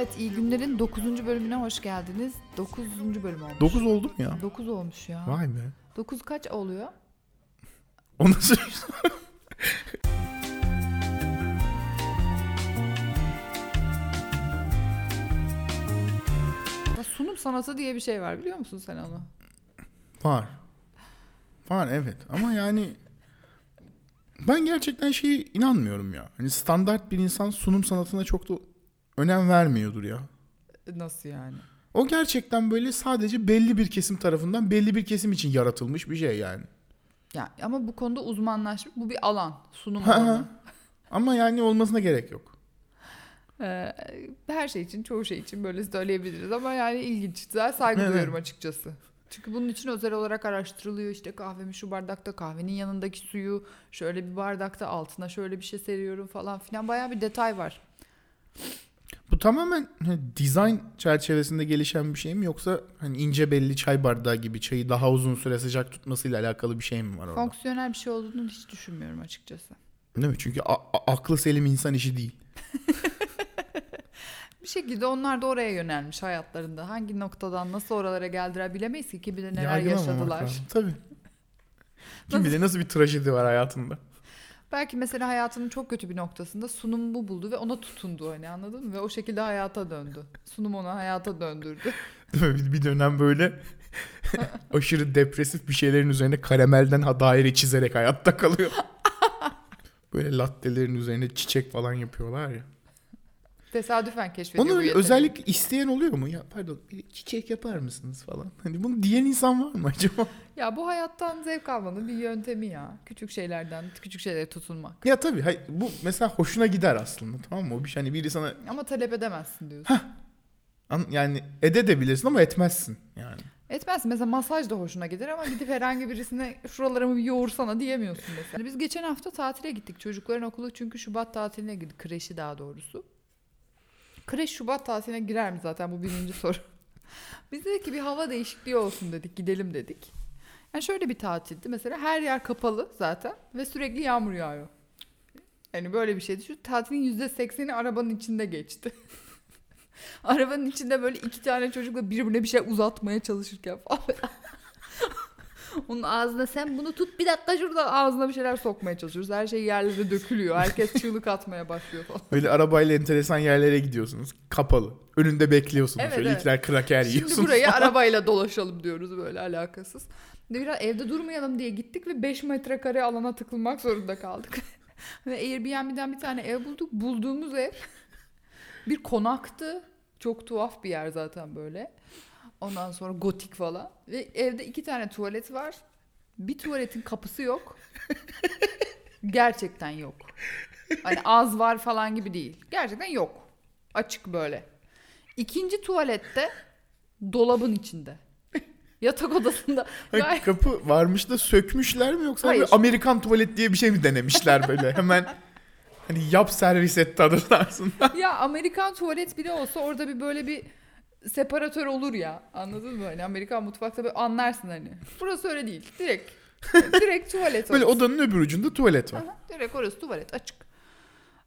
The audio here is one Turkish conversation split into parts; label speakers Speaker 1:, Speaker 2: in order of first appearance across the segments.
Speaker 1: Bölümlerin 9. bölümüne hoş geldiniz. 9. bölüm olmuş.
Speaker 2: 9 oldu mu ya?
Speaker 1: 9 olmuş ya.
Speaker 2: Vay be.
Speaker 1: 9 kaç oluyor?
Speaker 2: O nasıl? şey?
Speaker 1: Ya sunum sanatı diye bir şey var biliyor musun sen onu?
Speaker 2: Var. Var evet ama yani ben gerçekten şeye inanmıyorum ya. Hani standart bir insan sunum sanatına çok da önem vermiyordur ya.
Speaker 1: Nasıl yani?
Speaker 2: O gerçekten böyle sadece belli bir kesim tarafından belli bir kesim için yaratılmış bir şey yani.
Speaker 1: Ya ama bu konuda uzmanlaşmış. Bu bir alan, sunum
Speaker 2: Ha,
Speaker 1: alanı.
Speaker 2: Ama yani olmasına gerek yok.
Speaker 1: Ee, her şey için, çoğu şey için böyle söyleyebiliriz ama yani ilginç. Daha saygı
Speaker 2: Evet.
Speaker 1: duyuyorum açıkçası. Çünkü bunun için özel olarak araştırılıyor işte kahvemi şu bardakta, kahvenin yanındaki suyu şöyle bir bardakta altına şöyle bir şey seriyorum falan filan. Bayağı bir detay var.
Speaker 2: Bu tamamen hani, dizayn çerçevesinde gelişen bir şey mi yoksa hani ince belli çay bardağı gibi çayı daha uzun süre sıcak tutmasıyla alakalı bir şey mi var orada?
Speaker 1: Fonksiyonel bir şey olduğunu hiç düşünmüyorum açıkçası.
Speaker 2: Değil mi? Çünkü a- a- aklı selim insan işi değil.
Speaker 1: Bir şekilde onlar da oraya yönelmiş hayatlarında. Hangi noktadan nasıl oralara geldiler bilemeyiz ki kim bilir neler
Speaker 2: Yargılamamak
Speaker 1: yaşadılar.
Speaker 2: lazım. Tabii. Kim bilir nasıl bir trajedi var hayatında.
Speaker 1: Belki mesela hayatının çok kötü bir noktasında sunum bu buldu ve ona tutundu hani anladın mı? Ve o şekilde hayata döndü. Sunum onu hayata döndürdü.
Speaker 2: Değil mi? Bir- Bir dönem böyle aşırı depresif bir şeylerin üzerine karamelden ha- daire çizerek hayatta kalıyor. böyle lattelerin üzerine çiçek falan yapıyorlar ya.
Speaker 1: Tesadüfen keşfediyor
Speaker 2: Onu
Speaker 1: bu
Speaker 2: öyle
Speaker 1: yeteneği.
Speaker 2: özellikle isteyen oluyor mu? Ya pardon bir çiçek yapar mısınız falan. Hani bunu diyen insan var mı acaba?
Speaker 1: Ya bu hayattan zevk almanın bir yöntemi ya. Küçük şeylerden, küçük şeylere tutunmak.
Speaker 2: ya tabii hayır, bu mesela hoşuna gider aslında tamam mı? O bir şey, hani biri sana
Speaker 1: Ama talep edemezsin diyorsun.
Speaker 2: an- yani ede de bilirsin ama etmezsin yani.
Speaker 1: Etmezsin. Mesela masaj da hoşuna gider ama gidip herhangi birisine şuralarımı bir yoğursana diyemiyorsun mesela. Biz geçen hafta tatile gittik. Çocukların okulu çünkü Şubat tatiline girdi. Kreşi daha doğrusu. Kreş Şubat tatiline girer mi zaten bu birinci soru. Biz dedik ki bir hava değişikliği olsun dedik. Gidelim dedik. Yani şöyle bir tatildi. Mesela her yer kapalı zaten ve sürekli yağmur yağıyor. Yani böyle bir şeydi. Şu tatilin yüzde sekseni arabanın içinde geçti. arabanın içinde böyle iki tane çocukla birbirine bir şey uzatmaya çalışırken falan. Onun ağzına sen bunu tut bir dakika şurada ağzına bir şeyler sokmaya çalışıyoruz. Her şey yerlere dökülüyor. Herkes çığlık atmaya başlıyor falan.
Speaker 2: Böyle arabayla enteresan yerlere gidiyorsunuz. Kapalı. Önünde bekliyorsunuz.
Speaker 1: Evet,
Speaker 2: Şöyle
Speaker 1: evet.
Speaker 2: ikrar kraker
Speaker 1: Şimdi
Speaker 2: yiyorsunuz.
Speaker 1: buraya arabayla dolaşalım diyoruz böyle alakasız. Bir de Biraz evde durmayalım diye gittik ve 5 metrekare alana tıkılmak zorunda kaldık. ve Airbnb'den bir tane ev bulduk. Bulduğumuz ev bir konaktı. Çok tuhaf bir yer zaten böyle. Ondan sonra gotik falan. Ve evde iki tane tuvalet var. Bir tuvaletin kapısı yok. Gerçekten yok. Hani az var falan gibi değil. Gerçekten yok. Açık böyle. İkinci tuvalette dolabın içinde. Yatak odasında.
Speaker 2: Hani
Speaker 1: Gayet-
Speaker 2: kapı varmış da sökmüşler mi yoksa
Speaker 1: Hayır.
Speaker 2: böyle Amerikan tuvalet diye bir şey mi denemişler böyle hemen hani yap servis et tadında aslında.
Speaker 1: ya Amerikan tuvalet bile olsa orada bir böyle bir separatör olur ya. Anladın mı? Hani Amerikan mutfakta böyle anlarsın hani. Burası öyle değil. Direkt. Direkt tuvalet
Speaker 2: Böyle
Speaker 1: orası.
Speaker 2: odanın öbür ucunda tuvalet var.
Speaker 1: Aha, direkt orası tuvalet açık.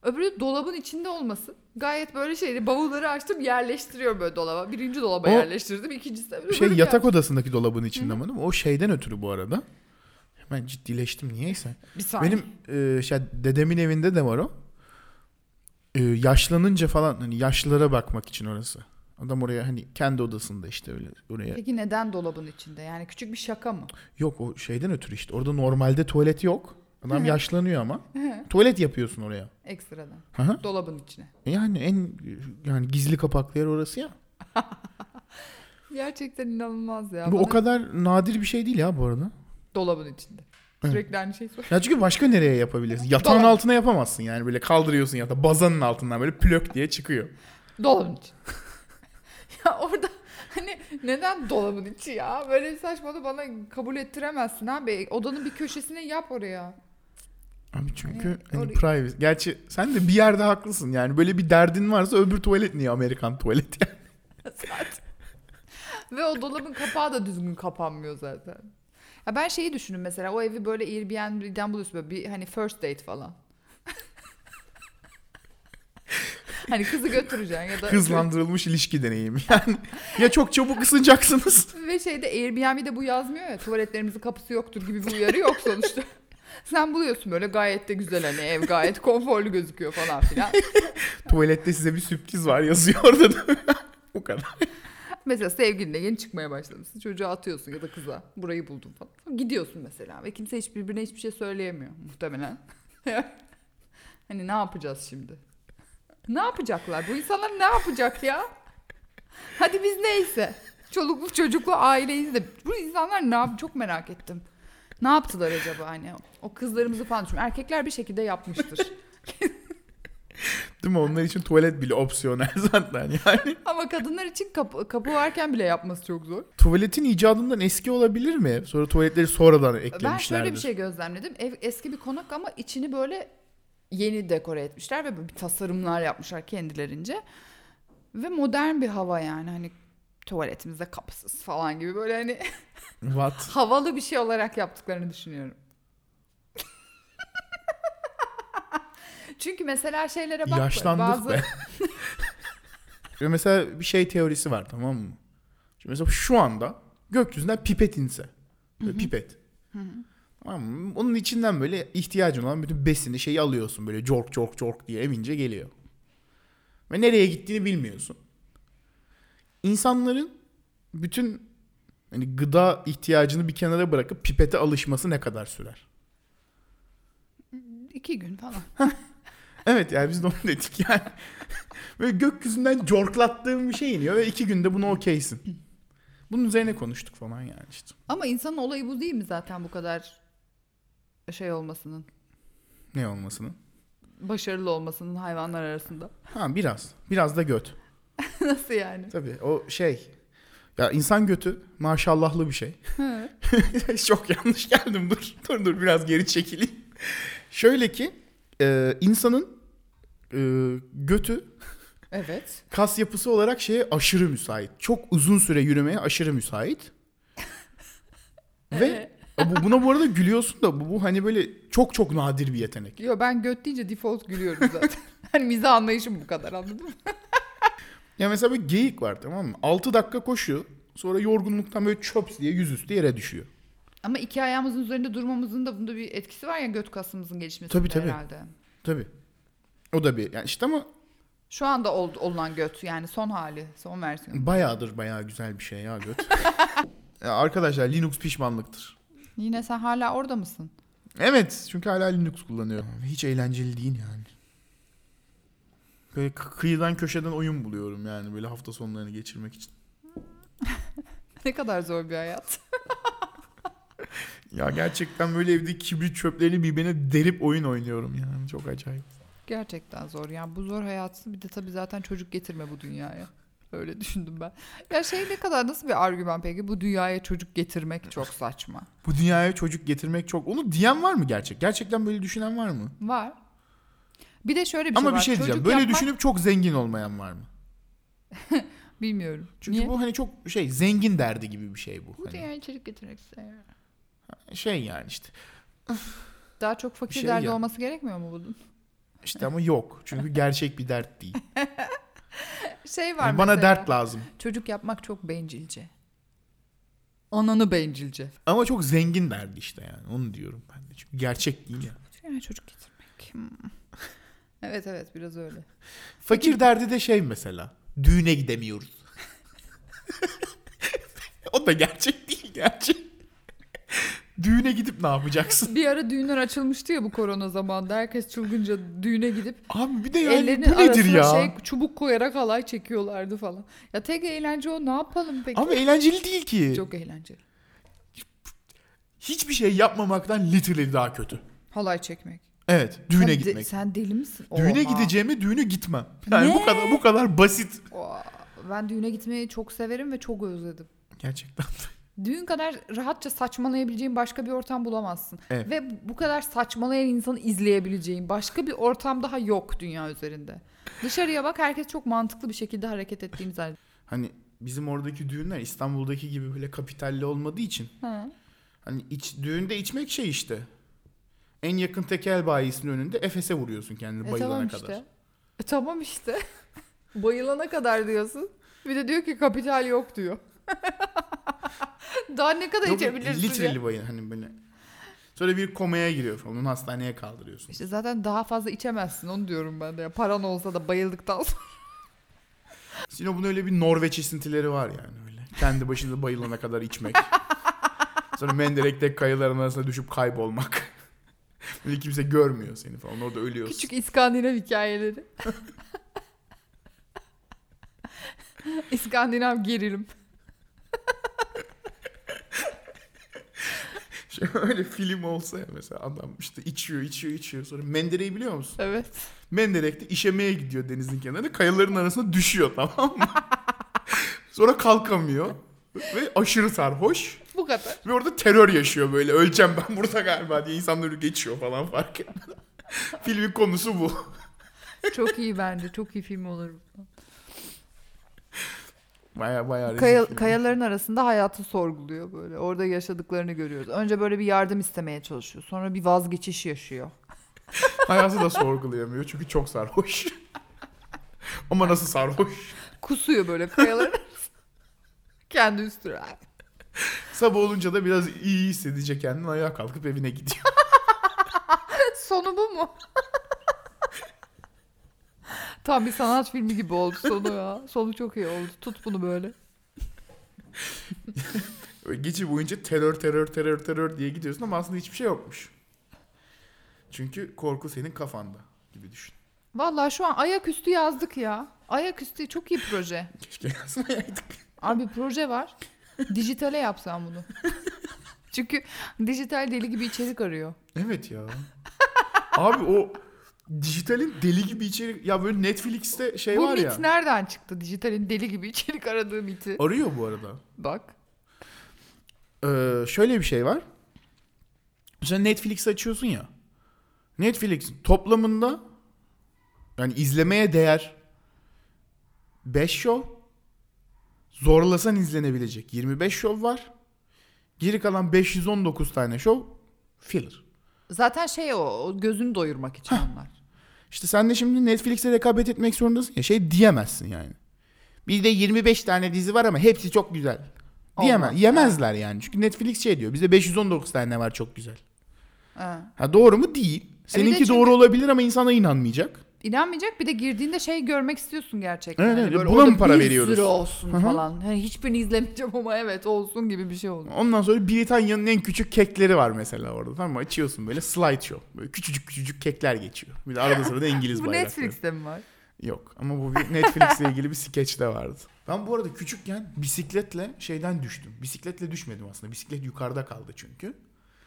Speaker 1: Öbürü dolabın içinde olması. Gayet böyle şeydi. Bavulları açtım yerleştiriyor böyle dolaba. Birinci dolaba
Speaker 2: O-
Speaker 1: yerleştirdim. ikincisi de
Speaker 2: Bir
Speaker 1: böyle
Speaker 2: şey
Speaker 1: bir
Speaker 2: yatak odasındaki dolabın içinde ama değil mi? O şeyden ötürü bu arada. Hemen ciddileştim niyeyse.
Speaker 1: Bir saniye.
Speaker 2: Benim e, şey dedemin evinde de var o. E, yaşlanınca falan hani yaşlılara bakmak için orası. Adam oraya hani kendi odasında işte öyle oraya
Speaker 1: Peki neden dolabın içinde? Yani küçük bir şaka mı?
Speaker 2: Yok o şeyden ötürü işte. Orada normalde tuvalet yok. Adam yaşlanıyor ama. tuvalet yapıyorsun oraya.
Speaker 1: Ekstradan.
Speaker 2: Hı hı.
Speaker 1: Dolabın içine.
Speaker 2: Yani en yani gizli kapaklı yer orası ya.
Speaker 1: Gerçekten inanılmaz ya.
Speaker 2: bu o
Speaker 1: Bana-
Speaker 2: kadar nadir bir şey değil ya bu arada.
Speaker 1: Dolabın içinde.
Speaker 2: Evet.
Speaker 1: Sürekli aynı şey sor.
Speaker 2: Ya çünkü başka nereye yapabilirsin? Yatağın
Speaker 1: Dolap.
Speaker 2: altına yapamazsın yani böyle kaldırıyorsun yatağı. Bazanın altından böyle plök diye çıkıyor.
Speaker 1: Dolabın içi. ya orada hani neden dolabın içi ya? Böyle bir saçmalığı bana kabul ettiremezsin abi. Odanın bir köşesine yap oraya.
Speaker 2: Abi çünkü
Speaker 1: Evet,
Speaker 2: hani
Speaker 1: orayı-
Speaker 2: privacy. Gerçi sen de bir yerde haklısın yani. Böyle bir derdin varsa öbür tuvalet niye Amerikan tuvaleti?
Speaker 1: Zaten. Ve o dolabın kapağı da düzgün kapanmıyor zaten. Ya ben şeyi düşündüm mesela o evi böyle Airbnb'den buluyorsun böyle bir hani first date falan. Hani kızı götüreceksin ya da
Speaker 2: Hızlandırılmış ilişki deneyimi. Yani ya çok çabuk ısınacaksınız.
Speaker 1: Ve şeyde Airbnb'de bu yazmıyor ya tuvaletlerimizin kapısı yoktur gibi bir uyarı yok sonuçta. Sen buluyorsun böyle gayet de güzel hani ev gayet konforlu gözüküyor falan filan.
Speaker 2: Tuvalette size bir sürpriz var yazıyor orada da. Bu kadar.
Speaker 1: mesela sevgilinle yeni çıkmaya başlamışsın. Çocuğa atıyorsun ya da kıza burayı buldum falan. Sonra gidiyorsun mesela ve kimse hiç birbirine hiçbir şey söyleyemiyor muhtemelen. hani ne yapacağız şimdi? Ne yapacaklar? Bu insanlar ne yapacak ya? Hadi biz neyse. Çoluklu çocuklu aileyiz de bu insanlar ne yap? Çok merak ettim. Ne yaptılar acaba hani? O kızlarımızı falan düşün. Erkekler bir şekilde yapmıştır.
Speaker 2: Değil mi? Onlar için tuvalet bile opsiyonel zaten yani.
Speaker 1: Ama kadınlar için kapı, kapı varken bile yapması çok zor.
Speaker 2: Tuvaletin icadından eski olabilir mi? Sonra tuvaletleri sonradan eklemişlerdir.
Speaker 1: Ben şöyle bir şey gözlemledim. Ev eski bir konak ama içini böyle yeni dekore etmişler ve böyle bir tasarımlar yapmışlar kendilerince. Ve modern bir hava yani hani tuvaletimizde kapısız falan gibi böyle hani
Speaker 2: What?
Speaker 1: havalı bir şey olarak yaptıklarını düşünüyorum. Çünkü mesela şeylere bak
Speaker 2: Yaşlandık
Speaker 1: bazı
Speaker 2: be. Şimdi mesela bir şey teorisi var tamam mı? Şimdi mesela şu anda gökyüzünden pipet inse. Böyle pipet. Tamam mı? Onun içinden böyle ihtiyacın olan bütün besini şeyi alıyorsun böyle cork cork cork diye emince geliyor. Ve nereye gittiğini bilmiyorsun. İnsanların bütün hani gıda ihtiyacını bir kenara bırakıp pipete alışması ne kadar sürer?
Speaker 1: iki gün falan.
Speaker 2: Evet yani biz de onu dedik yani. Böyle gökyüzünden corklattığım bir şey iniyor ve iki günde bunu okeysin. Bunun üzerine konuştuk falan yani işte.
Speaker 1: Ama insanın olayı bu değil mi zaten bu kadar şey olmasının,
Speaker 2: Ne olmasını?
Speaker 1: başarılı olmasının hayvanlar arasında?
Speaker 2: Ha biraz. Biraz da göt.
Speaker 1: Nasıl yani?
Speaker 2: Tabii o şey. Ya insan götü maşallahlı bir şey.
Speaker 1: Hı.
Speaker 2: Çok yanlış geldim dur. Dur dur biraz geri çekileyim. Şöyle ki e, insanın e, götü
Speaker 1: Evet.
Speaker 2: kas yapısı olarak şeye aşırı müsait. Çok uzun süre yürümeye aşırı müsait. Ve Ya bu, buna bu arada gülüyorsun da bu, bu hani böyle çok çok nadir bir yetenek.
Speaker 1: Yo ben göt deyince default gülüyorum zaten. hani mizah anlayışım bu kadar anladın mı?
Speaker 2: Ya mesela bir geyik var tamam mı? 6 dakika koşuyor. Sonra yorgunluktan böyle çöps diye yüzüstü yere düşüyor.
Speaker 1: Ama iki ayağımızın üzerinde durmamızın da bunda bir etkisi var ya göt kasımızın gelişmesinde
Speaker 2: Tabii, tabii.
Speaker 1: herhalde.
Speaker 2: Tabii. O da bir yani işte ama
Speaker 1: Şu anda ol, olunan göt yani son hali, son versiyonu.
Speaker 2: bayağıdır bayağı güzel bir şey ya göt. Ya arkadaşlar Linux pişmanlıktır.
Speaker 1: Yine sen hala orada mısın?
Speaker 2: Evet çünkü hala Linux kullanıyorum. Hiç eğlenceli değil yani. Böyle kı- kıyıdan köşeden oyun buluyorum yani böyle hafta sonlarını geçirmek için.
Speaker 1: ne kadar zor bir hayat.
Speaker 2: Ya gerçekten böyle evde kibrit çöplerini birbirine delip oyun oynuyorum yani çok acayip.
Speaker 1: Gerçekten zor. Yani bu zor hayatı bir de tabii zaten çocuk getirme bu dünyaya. Öyle düşündüm ben. Ya şey ne kadar nasıl bir argüman peki? Bu dünyaya çocuk getirmek çok saçma.
Speaker 2: Bu dünyaya çocuk getirmek çok. Onu diyen var mı gerçek? Gerçekten böyle düşünen var mı?
Speaker 1: Var. Bir de şöyle bir şey
Speaker 2: Ama
Speaker 1: var.
Speaker 2: bir şey diyeceğim.
Speaker 1: Çocuk
Speaker 2: Böyle
Speaker 1: yapmak-
Speaker 2: düşünüp çok zengin olmayan var mı?
Speaker 1: Bilmiyorum.
Speaker 2: Çünkü
Speaker 1: Niye?
Speaker 2: bu hani çok şey zengin derdi gibi bir şey bu.
Speaker 1: Bu
Speaker 2: Hani
Speaker 1: dünyaya içerik getirmek istiyor.
Speaker 2: şey yani işte.
Speaker 1: Daha çok fakir
Speaker 2: şey
Speaker 1: derdi
Speaker 2: ya.
Speaker 1: olması gerekmiyor mu bunun?
Speaker 2: İşte ama yok. Çünkü gerçek bir dert değil.
Speaker 1: Şey var
Speaker 2: Yani Hani bana
Speaker 1: mesela,
Speaker 2: dert lazım.
Speaker 1: Çocuk yapmak çok bencilce. Ananı bencilce.
Speaker 2: Ama çok zengin derdi işte yani. Onu diyorum ben de. Çünkü gerçek değil ya.
Speaker 1: Yani çocuk getirmek. Hmm. Evet evet biraz öyle.
Speaker 2: Fakir derdi de şey mesela. Düğüne gidemiyoruz. o da gerçek değil gerçek. Düğüne gidip ne yapacaksın?
Speaker 1: Bir ara düğünler açılmıştı ya bu korona zamanında. Herkes çılgınca düğüne gidip
Speaker 2: Abi bir de yani
Speaker 1: ellerinin
Speaker 2: bu nedir
Speaker 1: arasına
Speaker 2: ya?
Speaker 1: şey çubuk koyarak halay çekiyorlardı falan. Ya tek eğlence o ne yapalım peki?
Speaker 2: Ama eğlenceli değil ki.
Speaker 1: Çok eğlenceli.
Speaker 2: Hiçbir şey yapmamaktan literally daha kötü.
Speaker 1: Halay çekmek.
Speaker 2: Evet, düğüne
Speaker 1: sen de-
Speaker 2: gitmek.
Speaker 1: sen deli misin?
Speaker 2: Düğüne
Speaker 1: Oha.
Speaker 2: gideceğime düğüne gitmem. Yani
Speaker 1: Ne?
Speaker 2: bu kadar bu kadar basit.
Speaker 1: Oha. Ben düğüne gitmeyi çok severim ve çok özledim.
Speaker 2: Gerçekten.
Speaker 1: Düğün kadar rahatça saçmalayabileceğin başka bir ortam bulamazsın.
Speaker 2: Evet.
Speaker 1: Ve bu kadar saçmalayan insanı izleyebileceğin başka bir ortam daha yok dünya üzerinde. Dışarıya bak herkes çok mantıklı bir şekilde hareket ettiğini zannediyor.
Speaker 2: Hani bizim oradaki düğünler İstanbul'daki gibi böyle kapitalli olmadığı için
Speaker 1: Ha.
Speaker 2: hani iç, düğünde içmek şey işte. En yakın tekel bayisinin önünde Efes'e vuruyorsun kendini
Speaker 1: E
Speaker 2: bayılana
Speaker 1: tamam
Speaker 2: kadar.
Speaker 1: işte. E, tamam işte. Bayılana kadar diyorsun. Bir de diyor ki kapital yok diyor. Daha ne kadar
Speaker 2: Yok,
Speaker 1: içebilirsin? ya?
Speaker 2: Litreli bayın hani böyle. Sonra bir komaya giriyor falan. Onu hastaneye kaldırıyorsun.
Speaker 1: İşte zaten daha fazla içemezsin onu diyorum ben de. ya. Paran olsa da bayıldıktan sonra.
Speaker 2: Sinop'un öyle bir Norveç esintileri var yani öyle. Kendi başında bayılana kadar içmek. Sonra Menderek'te kayaların arasına düşüp kaybolmak. Böyle kimse görmüyor seni falan. Orada ölüyorsun.
Speaker 1: Küçük İskandinav hikayeleri. İskandinav gerilim.
Speaker 2: Şey, öyle film olsa ya mesela adam işte içiyor içiyor içiyor. Sonra Menderek'i biliyor musun?
Speaker 1: Evet.
Speaker 2: Menderek'te işemeye gidiyor denizin kenarında. Kayaların arasına düşüyor tamam mı? Sonra kalkamıyor. Ve aşırı sarhoş.
Speaker 1: Bu kadar.
Speaker 2: Ve orada terör yaşıyor böyle. Öleceğim ben burada galiba diye insanları geçiyor falan fark etmeden. Filmin konusu bu.
Speaker 1: Çok iyi bence. Çok iyi film olur.
Speaker 2: Baya baya rezil
Speaker 1: Kaya-
Speaker 2: film.
Speaker 1: kayaların arasında hayatı sorguluyor böyle. Orada yaşadıklarını görüyoruz. Önce böyle bir yardım istemeye çalışıyor. Sonra bir vazgeçiş yaşıyor.
Speaker 2: Hayatı da sorgulayamıyor çünkü çok sarhoş. Ama nasıl sarhoş?
Speaker 1: Kusuyor böyle kayaların arasında. Kendi üstüne.
Speaker 2: Sabah olunca da biraz iyi hissedecek kendini ayağa kalkıp evine gidiyor.
Speaker 1: Sonu bu mu? Tam bir sanat filmi gibi oldu sonu ya. Sonu çok iyi oldu. Tut bunu böyle.
Speaker 2: Böyle Gece boyunca terör terör terör terör diye gidiyorsun ama aslında hiçbir şey yokmuş. Çünkü korku senin kafanda gibi düşün.
Speaker 1: Vallahi şu an ayaküstü yazdık ya. Ayaküstü çok iyi proje.
Speaker 2: Keşke yazmayaydık.
Speaker 1: Abi bir proje var. Dijitale yapsam bunu. Çünkü dijital deli gibi içerik arıyor.
Speaker 2: Evet ya. Abi o dijitalin deli gibi içerik ya böyle Netflix'te şey
Speaker 1: bu
Speaker 2: var
Speaker 1: mit
Speaker 2: ya.
Speaker 1: nereden çıktı? Dijitalin deli gibi içerik aradığı miti.
Speaker 2: Arıyor bu arada.
Speaker 1: Bak.
Speaker 2: Ee, şöyle bir şey var. Sen Netflix açıyorsun ya. Netflix toplamında yani izlemeye değer 5 show zorlasan izlenebilecek 25 show var. Geri kalan 519 tane show filler.
Speaker 1: Zaten şey o, o gözünü doyurmak için onlar.
Speaker 2: İşte sen de şimdi Netflix'e rekabet etmek zorundasın ya şey diyemezsin yani. Bir de 25 tane dizi var ama hepsi çok güzel. Diyemez,
Speaker 1: Olmaz.
Speaker 2: yemezler yani. Çünkü Netflix şey diyor. Bizde 519 tane var çok güzel.
Speaker 1: Ha.
Speaker 2: Ha doğru mu? Değil. Seninki
Speaker 1: E, çünkü-
Speaker 2: doğru olabilir ama insana inanmayacak.
Speaker 1: İnanmayacak bir de girdiğinde şey görmek istiyorsun gerçekten.
Speaker 2: Evet,
Speaker 1: Hani
Speaker 2: evet.
Speaker 1: böyle
Speaker 2: Buna
Speaker 1: orada
Speaker 2: mı para
Speaker 1: bir
Speaker 2: veriyoruz?
Speaker 1: sürü olsun
Speaker 2: Hı hı.
Speaker 1: falan. Hani hiçbirini izlemeyeceğim ama evet olsun gibi bir şey oldu.
Speaker 2: Ondan sonra Britanya'nın en küçük kekleri var mesela orada. Tamam mı? Açıyorsun böyle slideshow. Böyle küçücük küçücük kekler geçiyor. Bir de arada sırada İngiliz
Speaker 1: Bu
Speaker 2: bayrakları.
Speaker 1: Netflix'te mi var?
Speaker 2: Yok ama bu bir Netflix'le ilgili bir skeç de vardı. Ben bu arada küçükken bisikletle şeyden düştüm. Bisikletle düşmedim aslında. Bisiklet yukarıda kaldı çünkü.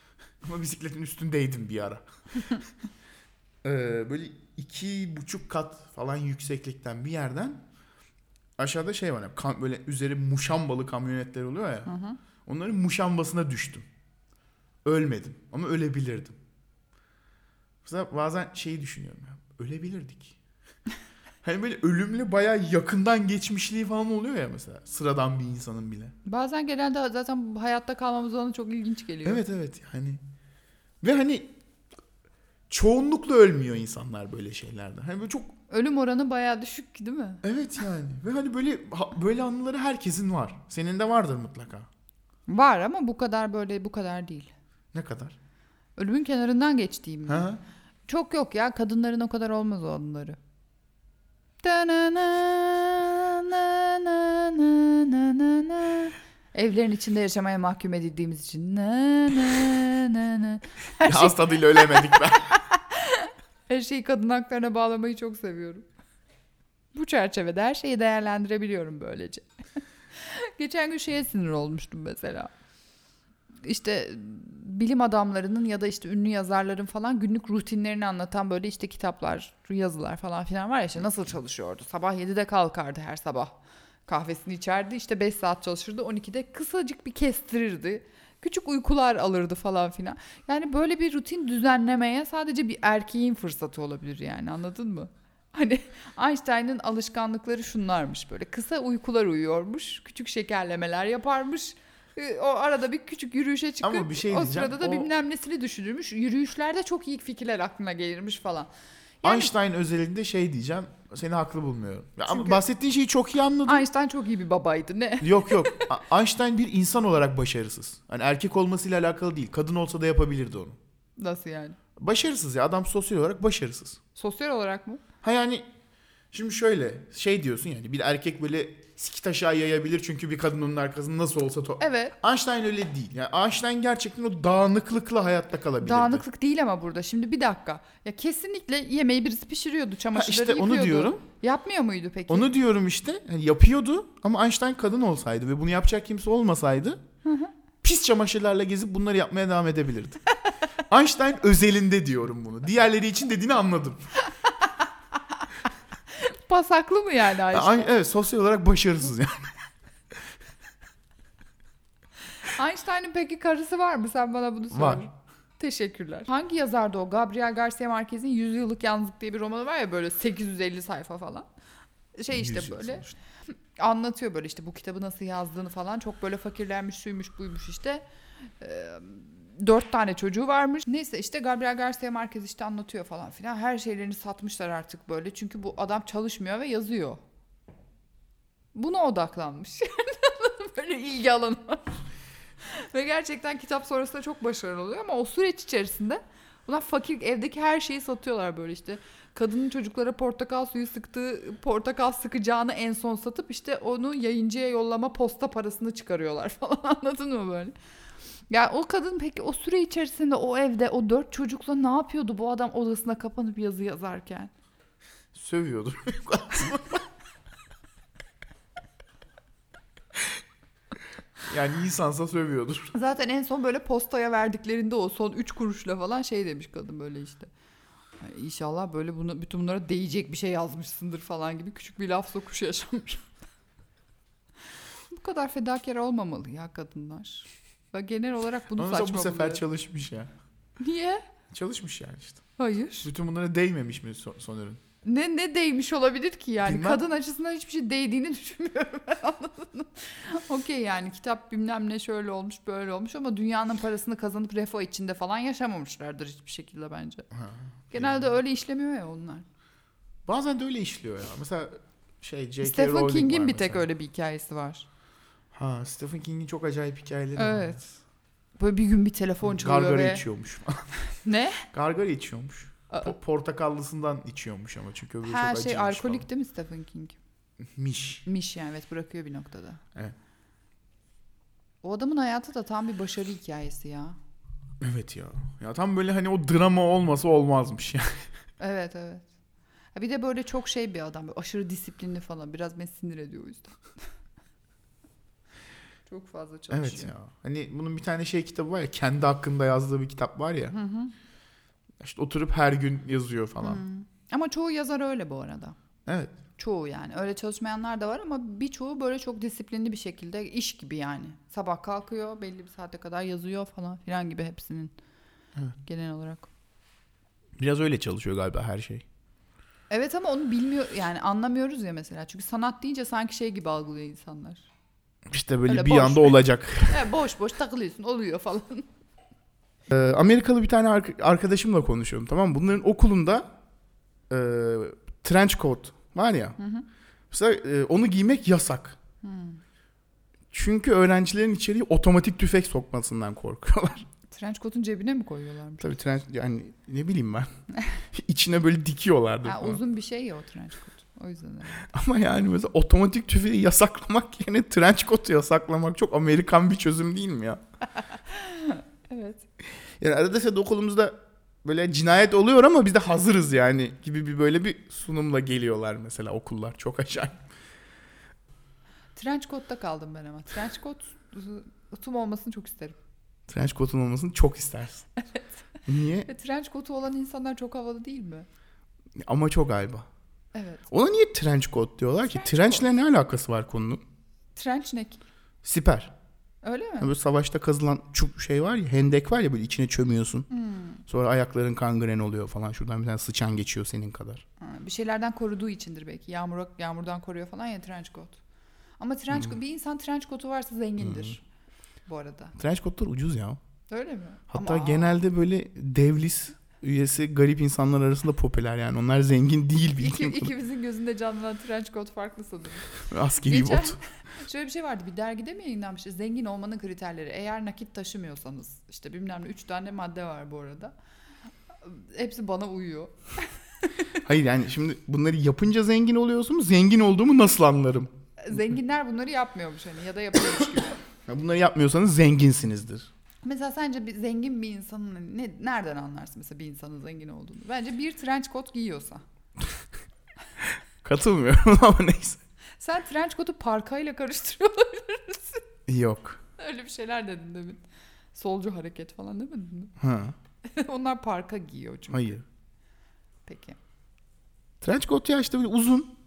Speaker 2: Ama bisikletin üstündeydim bir ara. Ee, böyle iki buçuk kat falan yükseklikten bir yerden aşağıda şey var. ya, kam- Böyle üzeri muşambalı kamyonetler oluyor ya. Onların muşambasına düştüm. Ölmedim ama ölebilirdim. Mesela bazen şeyi düşünüyorum ya. Ölebilirdik. Hani böyle ölümle bayağı yakından geçmişliği falan oluyor ya mesela. Sıradan bir insanın bile.
Speaker 1: Bazen genelde zaten bu hayatta kalmamız ona çok ilginç geliyor.
Speaker 2: Evet evet yani. Ve hani çoğunlukla ölmüyor insanlar böyle şeylerde. Hani böyle çok
Speaker 1: Ölüm oranı bayağı düşük değil mi?
Speaker 2: evet yani. Ve hani böyle ha- böyle anıları herkesin var. Senin de vardır mutlaka.
Speaker 1: Var ama bu kadar böyle bu kadar değil.
Speaker 2: Ne kadar?
Speaker 1: Ölümün kenarından geçtiğim.
Speaker 2: Ha?
Speaker 1: Çok yok ya kadınların o kadar olmaz o anıları. Ta-na-na, na-na-na-na-na. Evlerin içinde yaşamaya mahkum edildiğimiz için. Na, na, na, na. Her, şey,
Speaker 2: Ağız tadıyla ölemedik ben.
Speaker 1: her şeyi kadın haklarına bağlamayı çok seviyorum. Bu çerçevede her şeyi değerlendirebiliyorum böylece. Geçen gün şeye sinir olmuştum mesela. İşte bilim adamlarının ya da işte ünlü yazarların falan günlük rutinlerini anlatan böyle işte kitaplar, yazılar falan filan var ya işte nasıl çalışıyordu. Sabah 7'de kalkardı her sabah. Kahvesini içerdi işte 5 saat çalışırdı 12'de kısacık bir kestirirdi. Küçük uykular alırdı falan filan. Yani böyle bir rutin düzenlemeye sadece bir erkeğin fırsatı olabilir yani anladın mı? Hani Einstein'ın alışkanlıkları şunlarmış böyle kısa uykular uyuyormuş, küçük şekerlemeler yaparmış. Ee, O arada bir küçük yürüyüşe çıkıp
Speaker 2: Ama bir şey
Speaker 1: o
Speaker 2: diyeceğim,
Speaker 1: sırada da
Speaker 2: o-
Speaker 1: bilmem nesini düşünürmüş. Yürüyüşlerde çok iyi fikirler aklına gelirmiş falan. Yani-
Speaker 2: Einstein özelinde şey diyeceğim. Seni haklı bulmuyorum. Ya
Speaker 1: Çünkü-
Speaker 2: Ama bahsettiğin şeyi çok iyi anladım.
Speaker 1: Einstein çok iyi bir babaydı ne?
Speaker 2: yok yok. A- Einstein bir insan olarak başarısız. Hani erkek olmasıyla alakalı değil. Kadın olsa da yapabilirdi onu.
Speaker 1: Nasıl yani?
Speaker 2: Başarısız ya. Adam sosyal olarak başarısız.
Speaker 1: Sosyal olarak mı?
Speaker 2: Ha yani şimdi şöyle şey diyorsun yani bir erkek böyle sikit aşağı yayabilir çünkü bir kadın onun arkasında nasıl olsa to-
Speaker 1: Evet.
Speaker 2: Einstein öyle değil. Yani Einstein gerçekten o dağınıklıkla hayatta kalabilirdi.
Speaker 1: Dağınıklık değil ama burada. Şimdi bir dakika. Ya kesinlikle yemeği birisi pişiriyordu,
Speaker 2: Ha
Speaker 1: çamaşırları
Speaker 2: işte onu
Speaker 1: yıkıyordu.
Speaker 2: diyorum.
Speaker 1: Yapmıyor muydu peki?
Speaker 2: Onu diyorum işte. Yani yapıyordu ama Einstein kadın olsaydı ve bunu yapacak kimse olmasaydı pis çamaşırlarla gezip bunları yapmaya devam edebilirdi. Einstein özelinde diyorum bunu. Diğerleri için dediğini anladım.
Speaker 1: Pasaklı mı yani
Speaker 2: Yani
Speaker 1: Einstein?
Speaker 2: Ein- evet sosyal olarak başarısız yani.
Speaker 1: Einstein'ın peki karısı var mı? Sen bana bunu söyle.
Speaker 2: Var.
Speaker 1: Teşekkürler. Hangi yazardı o? Gabriel Garcia Marquez'in Yüzyıllık Yalnızlık diye bir romanı var ya böyle 850 sayfa falan. Şey işte
Speaker 2: Yüz yıl
Speaker 1: böyle
Speaker 2: sonuçta.
Speaker 1: anlatıyor böyle işte bu kitabı nasıl yazdığını falan. Çok böyle fakirlenmiş, şuymuş, buymuş işte. Ee, dört tane çocuğu varmış. Neyse işte Gabriel Garcia Marquez işte anlatıyor falan filan. Her şeylerini satmışlar artık böyle. Çünkü bu adam çalışmıyor ve yazıyor. Buna odaklanmış. böyle ilgi alanı var. ve gerçekten kitap sonrasında çok başarılı oluyor ama o süreç içerisinde bunlar fakir evdeki her şeyi satıyorlar böyle işte. Kadının çocuklara portakal suyu sıktığı portakal sıkacağını en son satıp işte onu yayıncıya yollama posta parasını çıkarıyorlar falan anladın mı böyle? Ya o kadın peki o süre içerisinde o evde o dört çocukla ne yapıyordu bu adam odasına kapanıp yazı yazarken?
Speaker 2: Sövüyordur. yani insansa sövüyordur.
Speaker 1: Zaten en son böyle postaya verdiklerinde o son üç kuruşla falan şey demiş kadın böyle işte. "Ay, İnşallah böyle bunu, bütün bunlara değecek bir şey yazmışsındır falan gibi küçük bir laf sokuşu yaşamış. bu kadar fedakar olmamalı ya kadınlar. Ve genel olarak bunu
Speaker 2: Ama mesela
Speaker 1: saçma
Speaker 2: bu sefer
Speaker 1: buluyorum.
Speaker 2: çalışmış ya.
Speaker 1: Niye?
Speaker 2: Çalışmış yani işte.
Speaker 1: Hayır.
Speaker 2: Bütün bunlara değmemiş mi Son- Soner'in?
Speaker 1: Ne ne değmiş olabilir ki yani?
Speaker 2: Bilmem.
Speaker 1: Kadın açısından hiçbir şey değdiğini düşünmüyorum ben anladın mı? Okey yani kitap bilmem ne şöyle olmuş böyle olmuş ama dünyanın parasını kazanıp refah içinde falan yaşamamışlardır hiçbir şekilde bence.
Speaker 2: Ha.
Speaker 1: Genelde öyle işlemiyor ya onlar.
Speaker 2: Bazen de öyle işliyor ya. Mesela şey J.K.
Speaker 1: Stephen
Speaker 2: Rowling var
Speaker 1: King'in bir
Speaker 2: mesela.
Speaker 1: tek öyle bir hikayesi var.
Speaker 2: Ha Stephen King'in çok acayip hikayeleri var.
Speaker 1: Evet. Böyle bir gün bir telefon çalıyor
Speaker 2: Gargara
Speaker 1: ve...
Speaker 2: içiyormuş.
Speaker 1: Ne?
Speaker 2: Gargara içiyormuş.
Speaker 1: Aa.
Speaker 2: Po- portakallısından içiyormuş ama çünkü öbürü
Speaker 1: Her
Speaker 2: çok
Speaker 1: şey
Speaker 2: acıymış
Speaker 1: alkolik değil mi Stephen King?
Speaker 2: falan. Miş.
Speaker 1: Miş yani evet bırakıyor bir noktada.
Speaker 2: Evet.
Speaker 1: O adamın hayatı da tam bir başarı hikayesi ya.
Speaker 2: Evet ya. Ya tam böyle hani o drama olmasa olmazmış ya.
Speaker 1: Evet evet. Ha, Bir de böyle çok şey bir adam. böyle Aşırı disiplinli falan. Biraz beni sinir ediyor o yüzden. çok fazla çalışıyor.
Speaker 2: Evet ya. Hani bunun bir tane şey kitabı var ya kendi hakkında yazdığı bir kitap var ya.
Speaker 1: Hı hı.
Speaker 2: İşte oturup her gün yazıyor falan.
Speaker 1: Hı. Hmm. Ama çoğu yazar öyle bu arada.
Speaker 2: Evet.
Speaker 1: Çoğu yani. Öyle çalışmayanlar da var ama birçoğu böyle çok disiplinli bir şekilde iş gibi yani. Sabah kalkıyor, belli bir saate kadar yazıyor falan filan gibi hepsinin.
Speaker 2: Evet.
Speaker 1: Genel olarak.
Speaker 2: Biraz öyle çalışıyor galiba her şey.
Speaker 1: Evet ama onu bilmiyor yani anlamıyoruz ya mesela. Çünkü sanat deyince sanki şey gibi algılıyor insanlar.
Speaker 2: İşte böyle
Speaker 1: Öyle
Speaker 2: bir
Speaker 1: boş
Speaker 2: anda
Speaker 1: bir-
Speaker 2: olacak.
Speaker 1: Ya boş boş takılıyorsun oluyor falan.
Speaker 2: Ee, Amerikalı bir tane ar- arkadaşımla konuşuyorum tamam mı? Bunların okulunda e, trench coat var ya. Mesela e, onu giymek yasak. Çünkü öğrencilerin içeriye otomatik tüfek sokmasından korkuyorlar.
Speaker 1: Trench coat'un cebine mi koyuyorlarmış?
Speaker 2: Tabii trench yani ne bileyim ben. İçine böyle dikiyorlardı.
Speaker 1: Ha,
Speaker 2: falan.
Speaker 1: uzun bir şey ya o trench coat. O yüzden öyle.
Speaker 2: Ama yani mesela otomatik tüfeği yasaklamak yerine trench coat'u yasaklamak çok Amerikan bir çözüm değil mi ya?
Speaker 1: Evet.
Speaker 2: Yani arada sırada okulumuzda böyle cinayet oluyor ama biz de hazırız yani gibi bir böyle bir sunumla geliyorlar mesela okullar çok acayip.
Speaker 1: Trench coat'ta kaldım ben ama. Trench coat ıı, tüm olmasını çok isterim.
Speaker 2: Trench coat'un olmasını çok istersin. Niye?
Speaker 1: Ve trench coat'u olan insanlar çok havalı değil mi?
Speaker 2: Ama çok galiba.
Speaker 1: Evet.
Speaker 2: Ona niye trench coat diyorlar ki?
Speaker 1: Trench
Speaker 2: Trench'le ne alakası var konunun?
Speaker 1: Trench neck.
Speaker 2: Siper.
Speaker 1: Öyle mi?
Speaker 2: Yani böyle savaşta kazılan çup şey var ya, hendek var ya böyle içine çömüyorsun.
Speaker 1: Hmm.
Speaker 2: Sonra ayakların kangren oluyor falan. Şuradan bir tane sıçan geçiyor senin kadar.
Speaker 1: Ha, bir şeylerden koruduğu içindir belki. Yağmura, yağmurdan koruyor falan ya trench coat. Ama trench bir insan trench coat'u varsa zengindir. Bu arada.
Speaker 2: Trench coat'lar ucuz ya.
Speaker 1: Öyle mi?
Speaker 2: Hatta
Speaker 1: Ama-
Speaker 2: genelde böyle devlis üyesi garip insanlar arasında popüler yani. Onlar zengin değil
Speaker 1: İki,
Speaker 2: bildiğim kadarıyla.
Speaker 1: ikimizin gözünde canlanan trench coat farklı sanırım.
Speaker 2: Askeri
Speaker 1: Geçen-
Speaker 2: bot.
Speaker 1: Şöyle bir şey vardı bir dergide mi yayınlanmış? Zengin olmanın kriterleri. Eğer nakit taşımıyorsanız işte bilmem ne 3 tane madde var bu arada. Hepsi bana uyuyor.
Speaker 2: Hayır yani şimdi bunları yapınca zengin oluyorsun. Zengin olduğumu nasıl anlarım?
Speaker 1: Zenginler bunları yapmıyormuş hani ya da yapıyormuş gibi.
Speaker 2: Ya bunları yapmıyorsanız zenginsinizdir.
Speaker 1: mesela sence bir zengin bir insanın hani ne, nereden anlarsın mesela bir insanın zengin olduğunu? Bence bir trench coat giyiyorsa.
Speaker 2: Katılmıyorum ama neyse.
Speaker 1: Sen trench coat'u parkayla karıştırıyor olabilir misin?
Speaker 2: Yok.
Speaker 1: Öyle bir şeyler dedin demin. Solcu hareket falan demedin mi?
Speaker 2: Ha,
Speaker 1: Onlar parka giyiyor çünkü.
Speaker 2: hayır.
Speaker 1: Peki.
Speaker 2: Trench coat ya işte böyle uzun.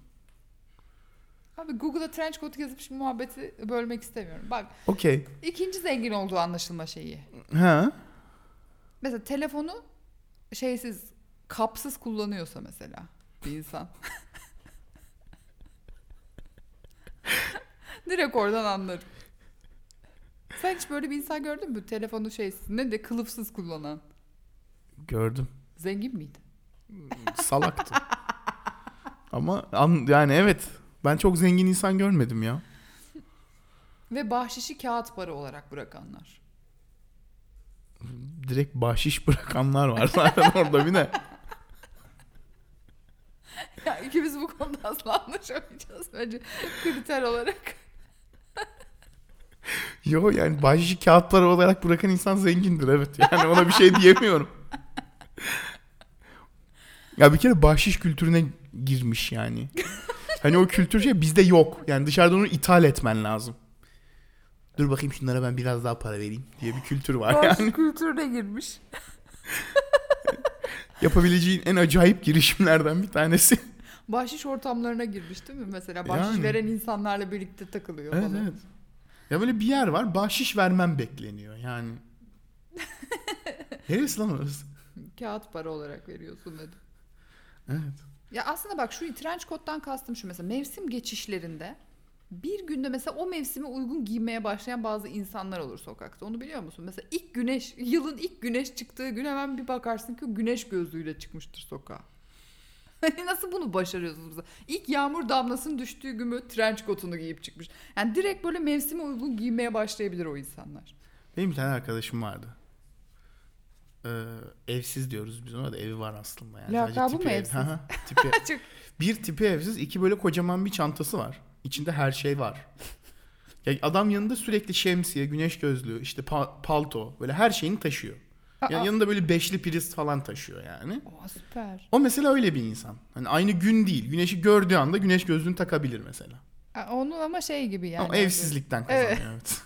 Speaker 1: Abi Google'a trench coat yazıp şimdi muhabbeti bölmek istemiyorum. Bak
Speaker 2: Okey.
Speaker 1: ikinci zengin olduğu anlaşılma şeyi.
Speaker 2: Ha.
Speaker 1: Mesela telefonu şeysiz, kapsız kullanıyorsa mesela bir insan. Direkt oradan anlarım. Sen hiç böyle bir insan gördün mü? Telefonu şeysiz, ne de kılıfsız kullanan.
Speaker 2: Gördüm.
Speaker 1: Zengin miydi?
Speaker 2: Salaktı. ama an- yani evet. Ben çok zengin insan görmedim ya.
Speaker 1: Ve bahşişi kağıt para olarak bırakanlar.
Speaker 2: Direkt bahşiş bırakanlar var zaten orada bir de.
Speaker 1: Ya ikimiz bu konuda asla anlaşamayacağız bence kriter olarak.
Speaker 2: Yo yani bahşişi kağıtları olarak bırakan insan zengindir evet. Yani ona bir şey diyemiyorum. ya bir kere bahşiş kültürüne girmiş yani. Hani o kültür şey bizde yok. Yani dışarıdan onu ithal etmen lazım. Dur bakayım şunlara ben biraz daha para vereyim diye bir kültür var yani.
Speaker 1: Bahşiş kültürüne girmiş.
Speaker 2: Yapabileceğin en acayip girişimlerden bir tanesi.
Speaker 1: Bahşiş ortamlarına girmiş değil mi? Mesela bahşiş
Speaker 2: Yani.
Speaker 1: veren insanlarla birlikte takılıyor
Speaker 2: Evet,
Speaker 1: falan.
Speaker 2: evet. Ya böyle bir yer var bahşiş vermem bekleniyor yani. Neresi lan orası?
Speaker 1: Kağıt para olarak veriyorsun dedi.
Speaker 2: Evet.
Speaker 1: Ya aslında bak şu trench coat'tan kastım şu mesela mevsim geçişlerinde bir günde mesela o mevsime uygun giymeye başlayan bazı insanlar olur sokakta. Onu biliyor musun? Mesela ilk güneş, yılın ilk güneş çıktığı gün hemen bir bakarsın ki o güneş gözlüğüyle çıkmıştır sokağa. Hani nasıl bunu başarıyorsunuz mesela? İlk yağmur damlasının düştüğü gün böyle trench coat'unu giyip çıkmış. Yani direkt böyle mevsime uygun giymeye başlayabilir o insanlar.
Speaker 2: Benim bir tane arkadaşım vardı. Ee, evsiz diyoruz biz ona da evi var aslında yani. Sadece
Speaker 1: Lakabı mı
Speaker 2: tipi ev-
Speaker 1: evsiz?
Speaker 2: Hı hı, tipi.
Speaker 1: Çok-
Speaker 2: bir tipi evsiz, iki böyle kocaman bir çantası var. İçinde her şey var. Ya adam yanında sürekli şemsiye, güneş gözlüğü, işte pa- palto böyle her şeyini taşıyor.
Speaker 1: Aa,
Speaker 2: Yani yanında böyle beşli priz falan taşıyor yani.
Speaker 1: Oha, süper.
Speaker 2: O mesela öyle bir insan. Hani aynı gün değil. Güneşi gördüğü anda güneş gözlüğünü takabilir mesela.
Speaker 1: Aa, Onu ama şey gibi yani.
Speaker 2: Ama evsizlikten kazanıyor.
Speaker 1: Evet.
Speaker 2: evet.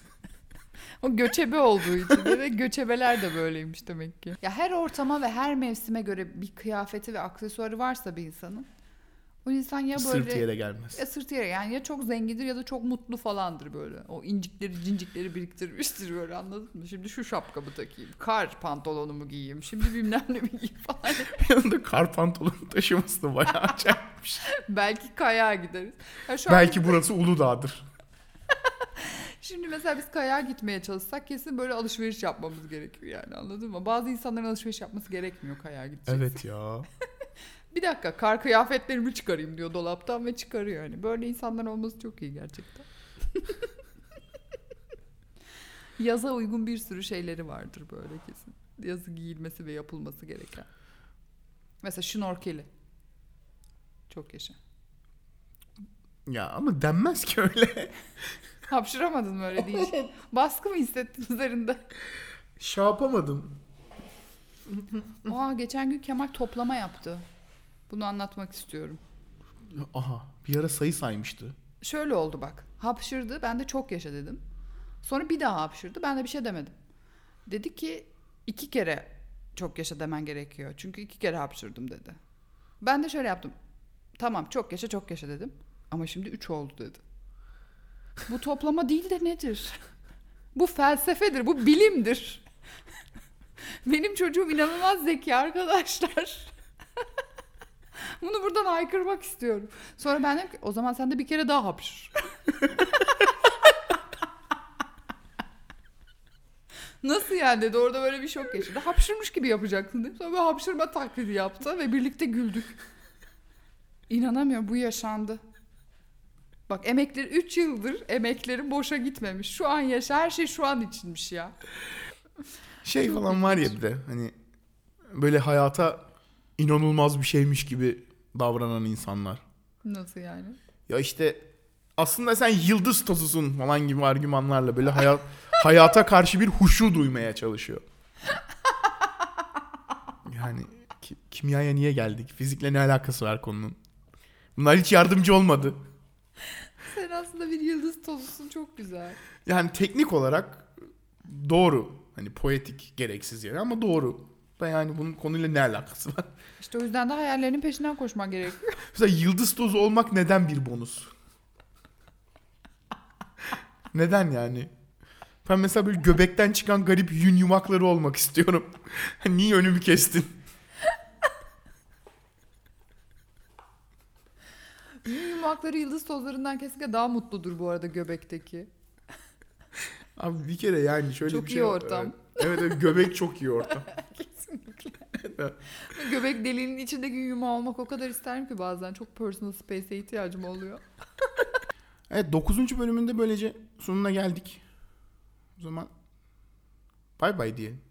Speaker 1: O göçebe olduğu için de ve göçebeler de böyleymiş demek ki. Ya her ortama ve her mevsime göre bir kıyafeti ve aksesuarı varsa bir insanın o insan ya böyle
Speaker 2: Sırt yere gelmez.
Speaker 1: ya sırt yere yani ya çok zengindir ya da çok mutlu falandır böyle. O incikleri cincikleri biriktirmiştir böyle anladın mı? Şimdi şu şapkamı takayım, kar pantolonumu giyeyim, şimdi bilmem ne mi giyeyim falan.
Speaker 2: Yanında kar pantolonu taşıması da bayağı acayip bir şey.
Speaker 1: Belki kayağa gideriz. Ya şu an-
Speaker 2: Belki burası Uludağ'dır.
Speaker 1: Şimdi mesela biz kayağa gitmeye çalışsak kesin böyle alışveriş yapmamız gerekiyor yani anladın mı? Bazı insanların alışveriş yapması gerekmiyor kayağa gidecek.
Speaker 2: Evet ya.
Speaker 1: Bir dakika kar kıyafetlerimi çıkarayım diyor dolaptan ve çıkarıyor hani. Böyle insanlar olması çok iyi gerçekten. Yaza uygun bir sürü şeyleri vardır böyle kesin. Yazı giyilmesi ve yapılması gereken. Mesela şnorkeli. Çok yaşa.
Speaker 2: Ya ama denmez ki öyle.
Speaker 1: Hapşıramadın mı öyle deyince? Baskı mı hissettin üzerinde?
Speaker 2: Şey yapamadım.
Speaker 1: Aa geçen gün Kemal toplama yaptı. Bunu anlatmak istiyorum.
Speaker 2: Aha bir ara sayı saymıştı.
Speaker 1: Şöyle oldu bak. Hapşırdı. Ben de çok yaşa dedim. Sonra bir daha hapşırdı. Ben de bir şey demedim. Dedi ki iki kere çok yaşa demen gerekiyor. Çünkü iki kere hapşırdım dedi. Ben de şöyle yaptım. Tamam çok yaşa çok yaşa dedim. Ama şimdi üç oldu dedi. Bu toplama değil de nedir? Bu felsefedir. Bu bilimdir. Benim çocuğum inanılmaz zeki arkadaşlar. Bunu buradan haykırmak istiyorum. Sonra ben dedim ki o zaman sen de bir kere daha hapşır. Nasıl yani dedi orada böyle bir şok geçirdi. Hapşırmış gibi yapacaktın dedi. Sonra böyle hapşırma taklidi yaptı ve birlikte güldük. İnanamıyorum bu yaşandı. Bak emekleri 3 yıldır emeklerim boşa gitmemiş. Şu an yaşa her şey şu an içinmiş ya.
Speaker 2: Şey
Speaker 1: Çok
Speaker 2: falan var ya bir de hani böyle hayata inanılmaz bir şeymiş gibi davranan insanlar.
Speaker 1: Nasıl yani?
Speaker 2: Ya işte aslında sen yıldız tozusun falan gibi argümanlarla böyle hayat hayata karşı bir huşu duymaya çalışıyor. Yani ki- kimyaya niye geldik? Fizikle ne alakası var konunun? Bunlar hiç yardımcı olmadı.
Speaker 1: Sen aslında bir yıldız tozusun çok güzel.
Speaker 2: Yani teknik olarak doğru. Hani poetik gereksiz yere ama doğru. Da yani bunun konuyla ne alakası var?
Speaker 1: İşte o yüzden de hayallerinin peşinden koşman gerek.
Speaker 2: Mesela yıldız tozu olmak neden bir bonus? neden yani? Ben mesela böyle göbekten çıkan garip yün yumakları olmak istiyorum. Niye önümü kestin?
Speaker 1: Yün yumakları yıldız tozlarından kesinlikle daha mutludur bu arada göbekteki.
Speaker 2: Abi bir kere yani şöyle
Speaker 1: Çok
Speaker 2: bir
Speaker 1: iyi
Speaker 2: şey.
Speaker 1: ortam.
Speaker 2: Evet, evet göbek çok iyi ortam.
Speaker 1: Kesinlikle. Göbek deliğinin içindeki yumağı olmak o kadar isterim ki bazen. Çok personal space'e ihtiyacım oluyor.
Speaker 2: Evet 9. bölümünde böylece sonuna geldik. O zaman bay bay diyelim.